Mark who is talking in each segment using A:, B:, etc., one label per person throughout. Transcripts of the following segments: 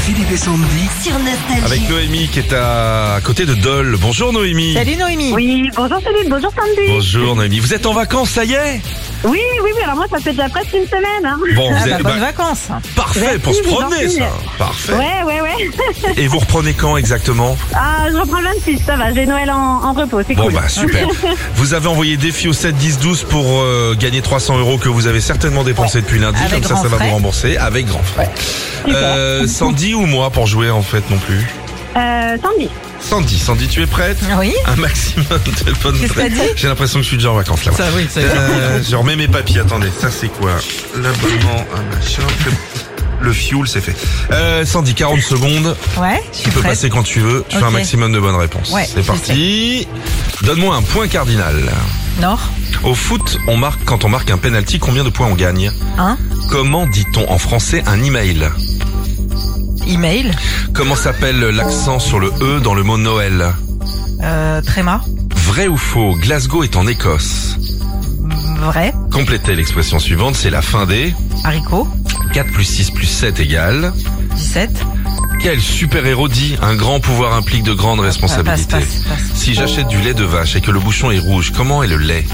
A: Philippe et Sandy.
B: sur Nostalgie.
C: Avec Noémie qui est à côté de Dole. Bonjour Noémie.
D: Salut Noémie.
E: Oui, bonjour Philippe, bonjour Sandy.
C: Bonjour Noémie. Vous êtes en vacances, ça y est
E: Oui, oui, oui, alors moi ça fait déjà presque une semaine. Hein.
C: Bon,
D: Ah
C: vous
D: bah,
C: êtes
D: bonnes
C: bah,
D: vacances.
C: parfait
E: Merci,
C: pour se
E: vous en
C: promener,
E: prie.
C: ça. Parfait.
E: Ah, bah. Ouais, ouais, ouais.
C: Et vous reprenez quand exactement
E: Ah, je reprends le 26, ça va, j'ai Noël en, en repos, c'est
C: Bon
E: cool.
C: bah super. vous avez envoyé défi au 7 10 12 pour euh, gagner 300 euros que vous avez certainement dépensé depuis lundi.
D: Avec
C: Comme ça,
D: grand
C: ça va
D: frais.
C: vous rembourser avec grand frais. Euh, Sandy ou moi pour jouer en fait non plus.
E: Euh, Sandy,
C: Sandy, Sandy, tu es prête
D: Oui.
C: Un maximum de bonnes
D: Qu'est-ce que t'as
C: prêtes.
D: dit
C: J'ai l'impression que je suis déjà en vacances là.
D: Ça oui, ça
C: Euh, je remets mes papiers. Attendez, ça c'est quoi L'abonnement, un machin. le- Le fuel, c'est fait. Euh, Sandy, 40 secondes.
D: Ouais, je suis
C: Tu peux
D: prête.
C: passer quand tu veux. Tu fais un
D: Ok.
C: maximum de bonnes réponses.
D: Ouais,
C: c'est
D: je
C: parti. Donne-moi un point cardinal.
D: Nord.
C: Au foot, on marque quand on marque un penalty, combien de points on gagne
D: Un.
C: Comment dit-on en français un email
D: Email.
C: Comment s'appelle l'accent sur le e dans le mot Noël
D: Euh, tréma.
C: Vrai ou faux Glasgow est en Écosse.
D: Vrai.
C: Complétez l'expression suivante, c'est la fin des
D: Haricot.
C: 4 plus 6 plus 7 égale.
D: 17.
C: Quel super-héros dit un grand pouvoir implique de grandes responsabilités
D: Passe, passe, passe.
C: Si j'achète du lait de vache et que le bouchon est rouge, comment est le lait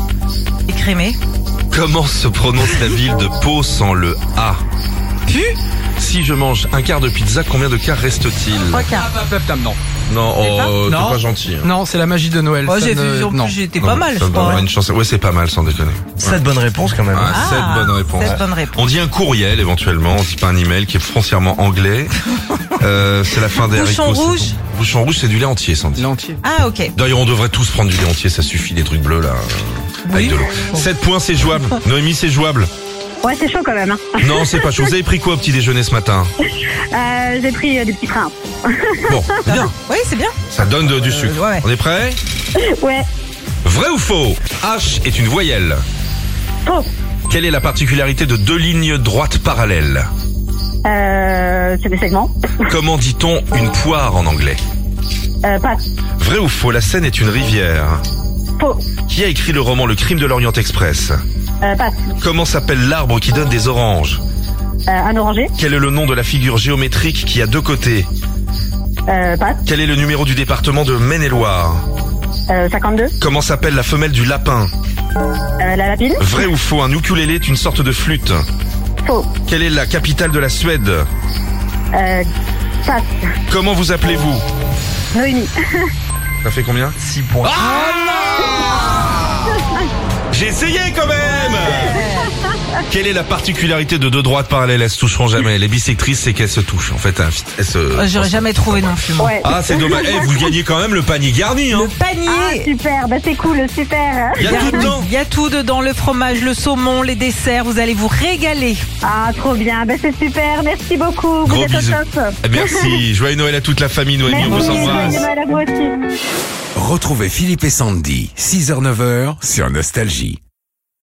D: Écrémé.
C: Comment se prononce la ville de Pau sans le A
D: Pu.
C: Si je mange un quart de pizza, combien de quarts reste-t-il
D: Trois quarts.
F: Ah, pap, tam, non.
C: Non, oh, t'es
F: Non.
C: pas gentil. hein.
F: Non, c'est la magie de Noël.
D: Oh,
F: ça
D: j'ai
F: ne-
D: vu, en
F: non.
D: plus, j'étais pas
C: Non,
D: mal, je
C: ça me
D: crois. hein.
C: donnerait une chance. Ouais, c'est pas mal sans déconner.
G: Cette bonne réponse quand même.
C: Ah,
D: Ah,
C: sept bonnes réponses.
D: sept bonnes réponses.
C: On dit un courriel éventuellement, on dit pas un email qui est foncièrement anglais. euh, c'est la fin des
D: Bouchon
C: haricots, c'est
D: rouge.
C: bon. Bouchon rouge, c'est du lait entier, sans dire.
F: L'entier.
D: Ah ok.
C: D'ailleurs, on devrait tous prendre du lait entier, ça suffit des trucs bleus là. euh, Avec de l'eau. 7 points, c'est jouable. Noémie, c'est jouable.
E: ouais, c'est chaud quand même. Hein.
C: Non, c'est pas chaud. Vous avez pris quoi au petit déjeuner ce matin
E: Euh, j'ai pris euh, des petits trains.
C: Bon, c'est bien.
D: Oui, c'est bien.
C: Ça donne de- du sucre.
D: Euh, ouais, ouais.
C: On est prêt
E: Ouais,
C: Vrai ou faux H est une voyelle.
E: faux.
C: Quelle est la particularité de deux lignes droites parallèles
E: Euh, c'est des segments.
C: Comment dit-on une poire en anglais
E: Euh, pas
C: Vrai ou faux La Seine est une rivière.
E: faux.
C: Qui a écrit le roman Le crime de l'Orient Express
E: Euh, passe.
C: Comment s'appelle l'arbre qui donne des oranges
E: Euh, un orangé.
C: Quel est le nom de la figure géométrique qui a deux côtés
E: Euh, passe.
C: Quel est le numéro du département de Maine-et-Loire
E: Euh, 52. Euh,
C: Comment s'appelle la femelle du lapin
E: la lapine.
C: Vrai ou faux Un ukulélé est une sorte de flûte.
E: Faux.
C: Quelle est la capitale de la Suède
E: Euh, passe.
C: Comment vous appelez-vous
E: Noémie.
C: Ça fait combien Ah
G: 6 points.
C: J'ai essayé quand même Quelle est la particularité de deux droites parallèles Elles se toucheront jamais. Les bisectrices, c'est qu'elles se touchent. En fait, elles elles
D: Euh,
C: se...
D: J'aurais jamais trouvé non plus. moi.
E: Ouais.
C: Ah, c'est dommage. Eh, vous gagnez quand même le panier garni, hein
D: Le panier.
E: Super, bah c'est cool, super.
C: Il y a tout dedans
D: Il y a tout dedans, le fromage, le saumon, les desserts, vous allez vous régaler.
E: Ah, trop bien, bah c'est super, merci
C: Gros
E: beaucoup. vous êtes
C: bisous.
E: au top.
C: Eh, Merci. Joyeux Noël à toute la famille, Noémie.
E: Merci,
C: on vous embrasse.
E: joyeux Noël à vous aussi.
A: Retrouvez Philippe et Sandy, 6h-9h sur Nostalgie.